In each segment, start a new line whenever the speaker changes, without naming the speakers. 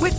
With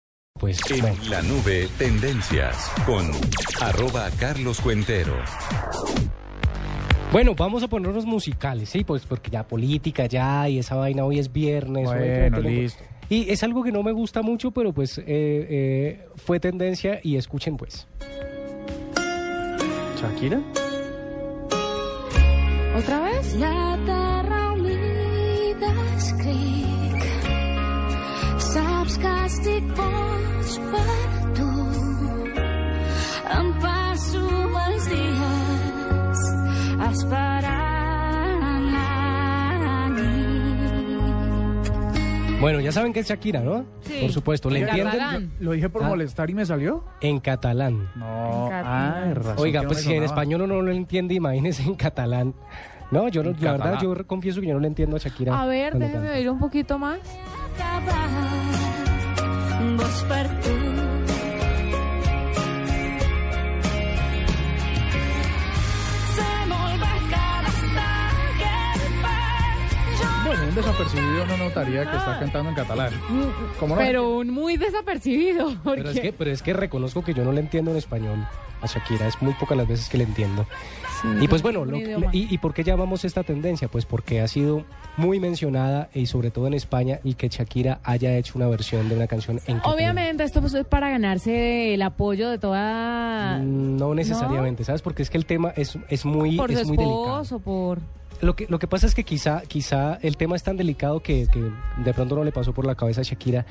Pues bueno,
En la nube tendencias con arroba Carlos Cuentero.
Bueno, vamos a ponernos musicales, sí, pues porque ya política, ya, y esa vaina hoy es viernes. hoy
Bueno,
tenemos-
listo.
Y es algo que no me gusta mucho, pero pues eh, eh, fue tendencia y escuchen pues.
¿Shakira?
¿Otra vez? La terra humida escric. Saps que estic boig per tu. Em passo els dies esperant la nit.
Bueno, ya saben que es Shakira, ¿no?
Sí.
Por supuesto, ¿le entienden?
Catalán.
¿Lo dije por
Ah.
molestar y me salió?
En catalán.
No.
Encanta.
Ah, es razón.
Oiga,
que no
pues
me
si en
sonaba.
español uno no lo entiende, imagínense en catalán. No, yo no,
En
la verdad,
catalán.
yo confieso que yo no le entiendo a Shakira.
A ver,
cuando
déjeme
canta.
oír un poquito más.
Acabat boig per tu.
Bueno, un desapercibido no notaría que está cantando en catalán. ¿Cómo no?
Pero un muy desapercibido. Porque...
Pero es, que, pero es que reconozco que yo no le entiendo en español a Shakira, es muy pocas las veces que le entiendo. Y pues bueno, lo-
Un idioma.
y, ¿y por qué llamamos esta tendencia? Pues porque ha sido muy mencionada y sobre todo en España y que Shakira haya hecho una versión de una canción en catalán.
Obviamente esto pues, es para ganarse el apoyo de toda...
Mm, No necesariamente, ¿sabes? Porque es que el tema es, es muy,
por
es
su
muy delicado.
esposo, por...
Lo que, lo que pasa es que quizá, quizá el tema es tan delicado que, que de pronto no le pasó por la cabeza a Shakira.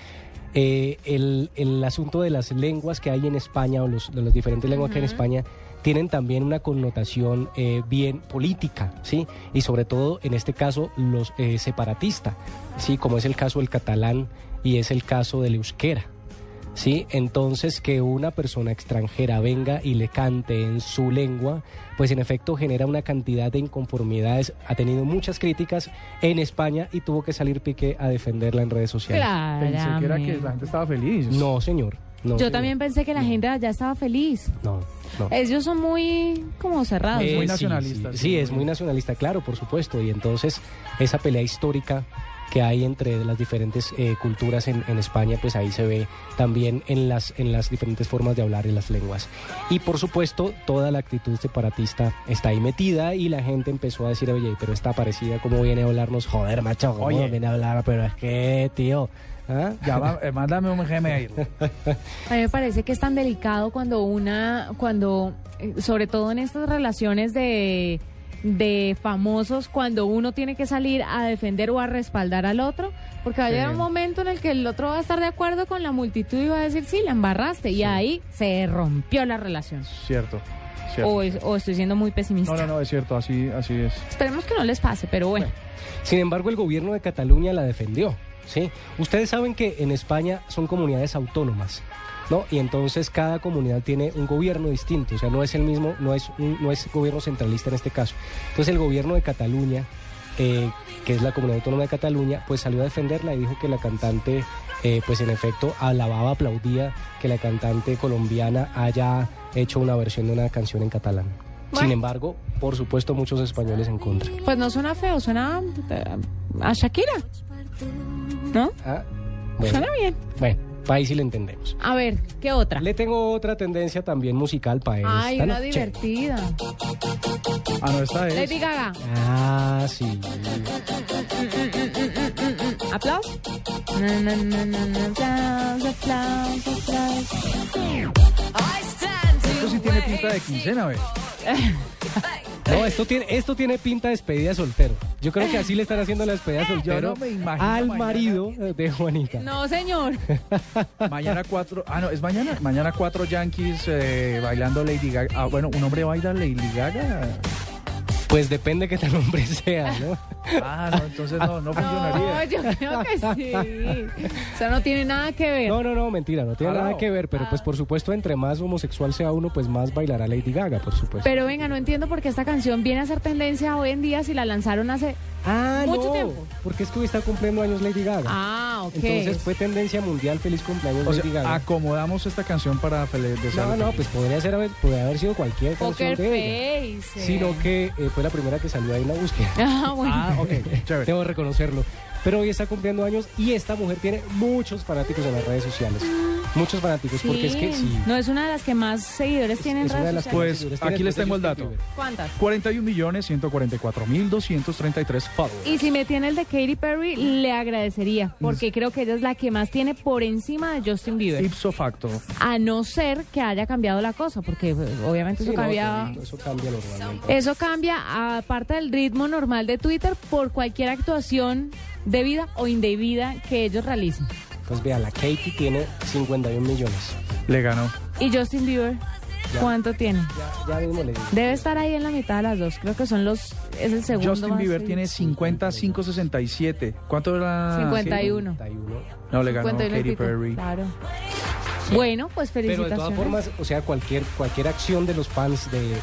Eh, el, el asunto de las lenguas que hay en España o los, de las diferentes lenguas que hay en España tienen también una connotación eh, bien política, ¿sí? Y sobre todo, en este caso, los eh, separatista, ¿sí? Como es el caso del catalán y es el caso del euskera. ¿sí? Entonces que una persona extranjera venga y le cante en su lengua, pues en efecto genera una cantidad de inconformidades, ha tenido muchas críticas en España y tuvo que salir Piqué a defenderla en redes sociales.
Claro.
Pensé que era que la gente estaba feliz.
No, señor. No,
Yo
señor.
también pensé que la gente allá estaba feliz.
No, no.
Ellos son muy como cerrados.
Eh,
muy
sí,
nacionalista,
Sí,
sí,
sí, es
muy-
muy nacionalista, claro, por supuesto. Y entonces esa pelea histórica que hay entre las diferentes eh, culturas en, en España, pues ahí se ve también en las, en las diferentes formas de hablar y las lenguas. Y por supuesto, toda la actitud separatista está ahí metida y la gente empezó a decir, oye, pero está parecida, ¿cómo viene a hablarnos? Joder, macho, ¿cómo
Oye.
viene a hablar? Pero es que, tío... ¿ah?
Ya va, eh, mándame un Gmail.
A mí me parece que es tan delicado cuando una, cuando, eh, sobre todo en estas relaciones de, de famosos, cuando uno tiene que salir a defender o a respaldar al otro, porque va a llegar
Sí.
un momento en el que el otro va a estar de acuerdo con la multitud y va a decir, sí, la embarraste, y ahí se rompió la relación.
Cierto. cierto.
O, es- o estoy siendo muy pesimista.
No, no, no, es cierto, así, así es.
Esperemos que no les pase, pero bueno.
Sin embargo, el gobierno de Cataluña la defendió. ¿sí? Ustedes saben que en España son comunidades autónomas. ¿No? Y entonces cada comunidad tiene un gobierno distinto, o sea, no es el mismo, no es, un- no es gobierno centralista en este caso. Entonces el gobierno de Cataluña, eh, que es la comunidad autónoma de Cataluña, pues salió a defenderla y dijo que la cantante, eh, pues en efecto, alababa, aplaudía que la cantante colombiana haya hecho una versión de una canción en catalán. Sin
Bueno.
embargo, por supuesto, muchos españoles en contra.
Pues no suena feo, suena eh, a Shakira, ¿no?
Ah, bueno.
Suena bien.
Bueno, ahí sí lo entendemos.
A ver, ¿qué otra?
Le tengo otra tendencia también musical para esta
Ay, una
noche.
divertida.
Ah, no, esta es.
Lady Gaga.
Ah, sí.
¿Aplausos?
Esto sí tiene pinta de quincena, ¿ves?
No, esto tiene, esto tiene pinta de despedida de soltero. Yo creo que así le están haciendo la despedida de
Yo
soltero
no me imagino
al
mañana.
marido de Juanita.
No, señor.
Mañana cuatro. Ah, no, es mañana. Mañana cuatro yankees eh, bailando Lady Gaga. Ah, bueno, un hombre baila Lady Gaga.
Pues depende que tan hombre sea, ¿no?
Ah, no, entonces no, no
No,
funcionaría.
yo creo que sí. O sea, no tiene nada que ver.
No, no, no, mentira, no tiene
Ah,
nada
no.
que ver, pero pues por supuesto, entre más homosexual sea uno, pues más bailará Lady Gaga, por supuesto.
Pero venga, no entiendo por qué esta canción viene a ser tendencia hoy en día si la lanzaron hace...
ah,
mucho
no,
tiempo.
Porque es que hoy está cumpliendo años Lady Gaga.
Ah, ok.
Entonces pues, fue tendencia mundial, feliz cumpleaños
O
Lady
sea, ah,
Gaga.
acomodamos esta canción para fele-
No,
desearle
no,
feliz.
pues podría, ser, podría haber sido cualquier canción
Poker
de ella.
Face. eh.
Sino que eh, fue la primera que salió ahí en la búsqueda.
Ah, bueno.
Ah, ok, chévere.
Debo reconocerlo. Pero hoy está cumpliendo años y esta mujer tiene muchos fanáticos en las redes sociales. Muchos fanáticos, Pues porque es que
Ah, Sí.
sí.
No es una de las que más seguidores tienen
es
en
una de las
redes
que
sociales.
más seguidores
Pues,
tiene
aquí les
después de
tengo el
Justin
dato.
Bieber.
¿Cuántas?
41 millones 144 mil 233 followers.
Y si me tiene el de Katy Perry,
Mm.
le agradecería, porque creo que ella es la que más tiene por encima de Justin Bieber.
Ipso facto.
A no ser que haya cambiado la cosa, porque pues, obviamente
Sí,
eso
no,
cambia.
eso cambia normalmente.
Eso cambia, aparte del ritmo normal de Twitter, por cualquier actuación debida o indebida que ellos realicen.
Pues vea, la Katy tiene 51 millones.
Le ganó.
¿Y Justin Bieber cuánto tiene?
Ya, ya mismo le digo.
Debe estar ahí en la mitad de las dos. Creo que son los. Es el segundo.
Justin
más
Bieber
seguido.
tiene 50, 567. ¿Cuánto era?
51.
51.
No, le ganó
51 y
Katy
pico.
Perry.
Claro. Bueno, pues
Pero de
felicitaciones.
todas formas, o sea, cualquier, cualquier acción de los fans de... de-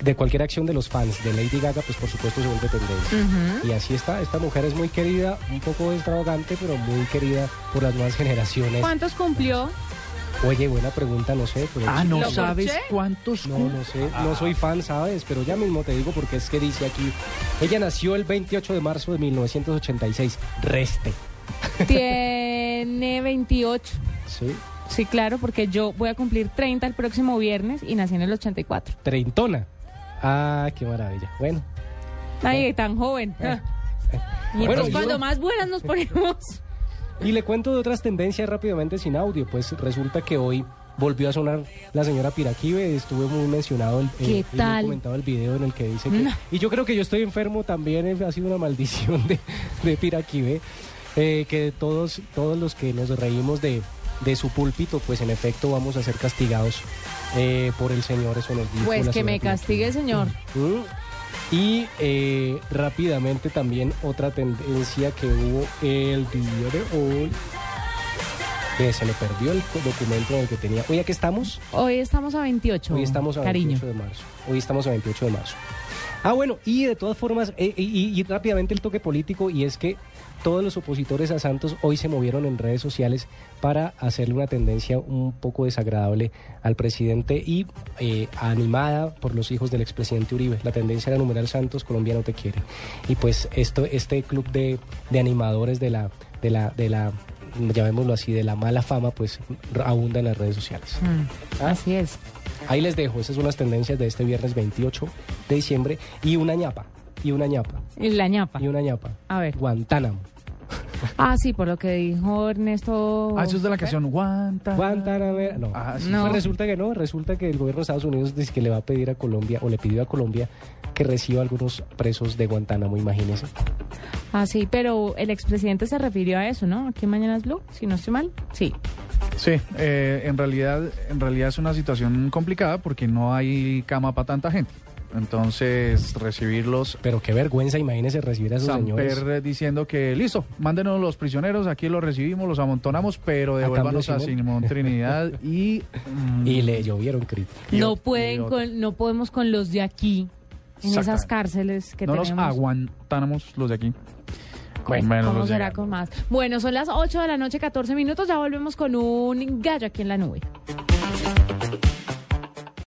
de cualquier acción de los fans de Lady Gaga, pues por supuesto se vuelve tendencia. Y así está, esta mujer es muy querida, un poco extravagante, pero muy querida por las nuevas generaciones.
¿Cuántos cumplió?
Oye, buena pregunta, no sé. Pero
Ah, no
¿Lo
sabes
corché?
cuántos.
No, no sé, no soy fan, ¿sabes? Pero ya mismo te digo porque es que dice aquí, ella nació el 28 de marzo de 1986, reste,
Tiene 28.
¿sí?
Sí, claro, porque yo voy a cumplir 30 el próximo viernes y nací en el 84.
Treintona. Ah, qué maravilla. Bueno.
Nadie tan joven.
Eh.
Y
Bueno,
entonces
y
cuando
yo-
más buenas nos ponemos.
Y le cuento de otras tendencias rápidamente sin audio, pues resulta que hoy volvió a sonar la señora Piraquive, estuve muy mencionado el,
¿Qué
y muy
tal?
comentado el video en el que dice que... Y yo creo que yo estoy enfermo también, eh, ha sido una maldición de, de Piraquive, eh, que todos, todos los que nos reímos de, de su púlpito, pues en efecto vamos a ser castigados eh, por el Señor, eso nos dijo la
Pues que
señora
me
Piraquive.
castigue, señor.
Mm. Y eh, rápidamente también otra tendencia que hubo el día de hoy. que se le perdió el co- documento en el que tenía. Oye, ¿a qué estamos?
Hoy estamos a 28.
Hoy estamos a
cariño.
28 de marzo. Hoy estamos a 28 de marzo. Ah, bueno, y de todas formas, eh, y, y- y rápidamente el toque político, y es que todos los opositores a Santos hoy se movieron en redes sociales para hacerle una tendencia un poco desagradable al presidente y eh, animada por los hijos del expresidente Uribe. La tendencia era numeral Santos, Colombia no te quiere. Y pues esto, este club de, de animadores de la, de la, de la, llamémoslo así, de la mala fama, pues abunda en las redes sociales.
Así es.
Ahí les dejo, esas son las tendencias de este viernes 28 de diciembre. Y una ñapa, y una ñapa,
Y la ñapa.
y una ñapa.
A ver.
Guantánamo.
Ah, sí, por lo que dijo Ernesto.
Ah, eso es de la canción Guanta.
Guantánamo. No.
Ah, sí.
No.
Pues resulta que no, resulta que el gobierno de Estados Unidos dice que le va a pedir a Colombia, o le pidió a Colombia, que reciba algunos presos de Guantánamo, imagínense.
Ah, sí, pero el expresidente se refirió a eso, ¿no? Aquí en Mañanas Blue, si no estoy mal. Sí.
Sí, eh, en realidad, en realidad es una situación complicada porque no hay cama para tanta gente. Entonces, recibirlos
Pero qué vergüenza, imagínense recibir a esos señores.
Samper diciendo que listo, mándenos los prisioneros, aquí los recibimos, los amontonamos, pero devuélvanos a
cambio, Simón.
Simón Trinidad y mm,
Y le llovieron críticas.
Y
no
ot- y
pueden
otro.
con- no podemos con los de aquí en esas
Exactamente.
cárceles que
no nos
tenemos.
aguantamos los de aquí.
Bueno,
Menos
¿Cómo
los
será
llegan.
con más? Bueno, son las 8 de la noche, 14 minutos. Ya volvemos con un gallo aquí en la nube.